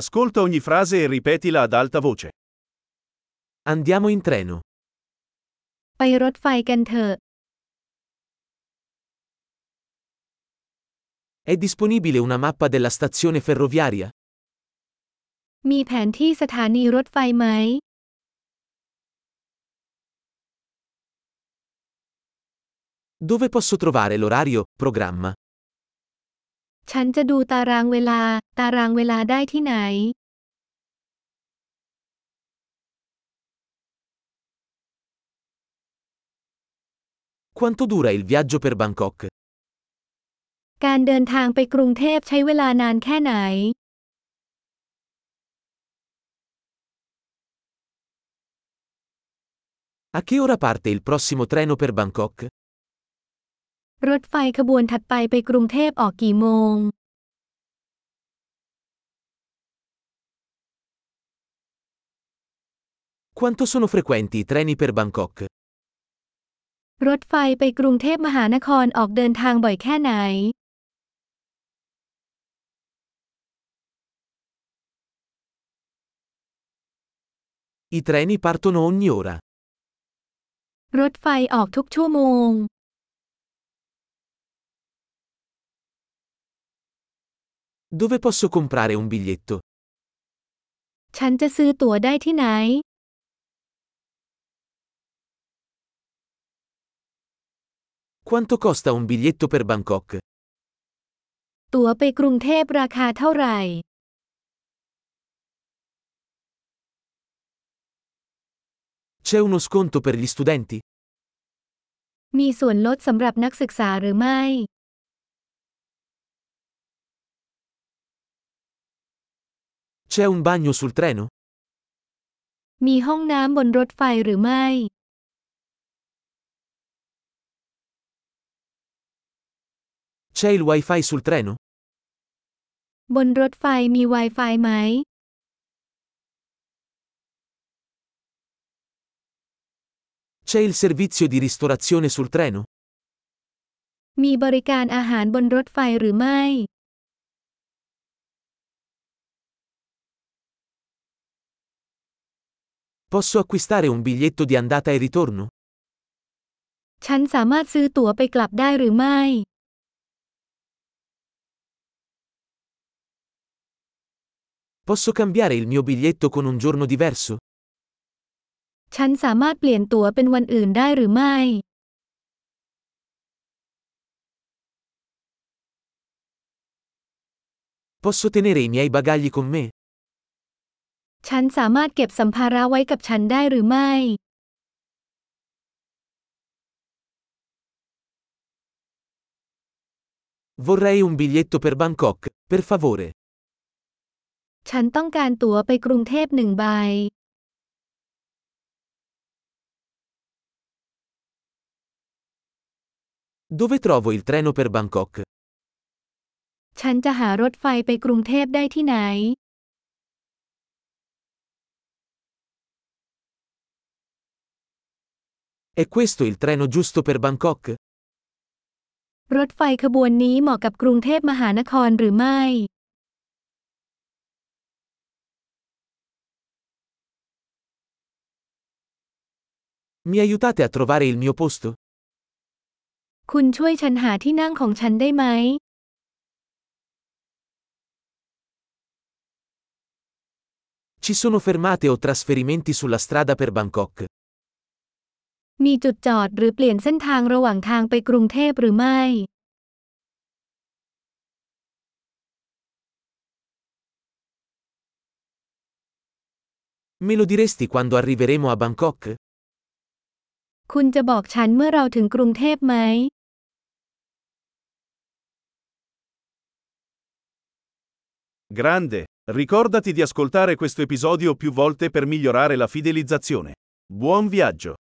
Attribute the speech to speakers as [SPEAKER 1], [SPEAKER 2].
[SPEAKER 1] Ascolta ogni frase e ripetila ad alta voce.
[SPEAKER 2] Andiamo in treno.
[SPEAKER 3] ไปรถไฟกันเถอะ
[SPEAKER 2] È disponibile una mappa della stazione ferroviaria?
[SPEAKER 3] มีแผนที่สถานีรถไฟไหม
[SPEAKER 2] Dove posso trovare l'orario, programma?
[SPEAKER 3] ฉันจะดูตารางเวลา ตารางเวลาได้ที่ไหน
[SPEAKER 2] Quanto dura il viaggio per Bangkok?
[SPEAKER 3] การเดินทางไปกรุงเทพใช้เวลานานแค่ไหน
[SPEAKER 2] A che ora parte il prossimo treno per Bangkok?
[SPEAKER 3] รถไฟขบวนถัดไปไปกรุงเทพออกกี่โมง
[SPEAKER 2] Quanto sono frequenti i treni per Bangkok?
[SPEAKER 3] รถไฟไปกรุงเทพมหานครออกเดินทางบ่อยแค่ไหน
[SPEAKER 2] I treni partono ogni ora.
[SPEAKER 3] รถไฟออกทุกชั่วโมง
[SPEAKER 2] Dove posso comprare un biglietto?
[SPEAKER 3] ฉันจะซื้อตั๋วได้ที่ไหน
[SPEAKER 2] Quanto costa un biglietto per Bangkok?
[SPEAKER 3] ตั๋วไปกรุงเทพราคาเท่าไหร่
[SPEAKER 2] C'è uno sconto per gli studenti?
[SPEAKER 3] มีส่วนลดสำหรับนักศึกษาหรือไม่
[SPEAKER 2] C'è un bagno sul treno?
[SPEAKER 3] มีห้องน้ำบนรถไฟหรือไม่
[SPEAKER 2] C'è il wifi sul treno?
[SPEAKER 3] บนรถไฟมี Wi-Fi ไหม
[SPEAKER 2] C'è il servizio di ristorazione sul treno?
[SPEAKER 3] มีบริการอาหารบนรถไฟหรือไม่
[SPEAKER 2] Posso acquistare un biglietto di andata e ritorno?
[SPEAKER 3] ฉันสามารถซื้อตั๋วไปกลับได้หรือไม่
[SPEAKER 2] Posso cambiare il mio biglietto con un giorno diverso?
[SPEAKER 3] ฉันสามารถเปลี่ยนตั๋วเป็นวันอื่นได้หรือไม่
[SPEAKER 2] Posso tenere i miei bagagli con me?
[SPEAKER 3] ฉันสามารถเก็บสัมภาระไว้กับฉันได้หรือไม่
[SPEAKER 2] Vorrei un biglietto per Bangkok, per favore.
[SPEAKER 3] ฉันต้องการตั๋วไปกรุงเทพหนึ่งใบ
[SPEAKER 2] Dove trovo il treno per Bangkok?
[SPEAKER 3] ฉันจะหารถไฟไปกรุงเทพได้ที่ไหน
[SPEAKER 2] È questo il treno giusto per Bangkok?
[SPEAKER 3] รถไฟขบวนนี้เหมาะกับกรุงเทพมหานครหรือไม่
[SPEAKER 2] Mi aiutate a trovare il mio posto?
[SPEAKER 3] คุณช่วยฉันหาที่นั่งของฉันได้ไหม
[SPEAKER 2] Ci sono fermate o trasferimenti sulla strada per Bangkok?
[SPEAKER 3] มีจุดจอดหรือเปลี่ยนเส้นทางระหว่างทางไปกรุงเทพหรือไม่
[SPEAKER 2] Me lo diresti quando arriveremo a Bangkok?
[SPEAKER 3] คุณจะบอกฉันเมื่อเราถึงกรุงเทพไหม
[SPEAKER 1] Grande. Ricordati di ascoltare questo episodio più volte per migliorare la fidelizzazione. Buon viaggio!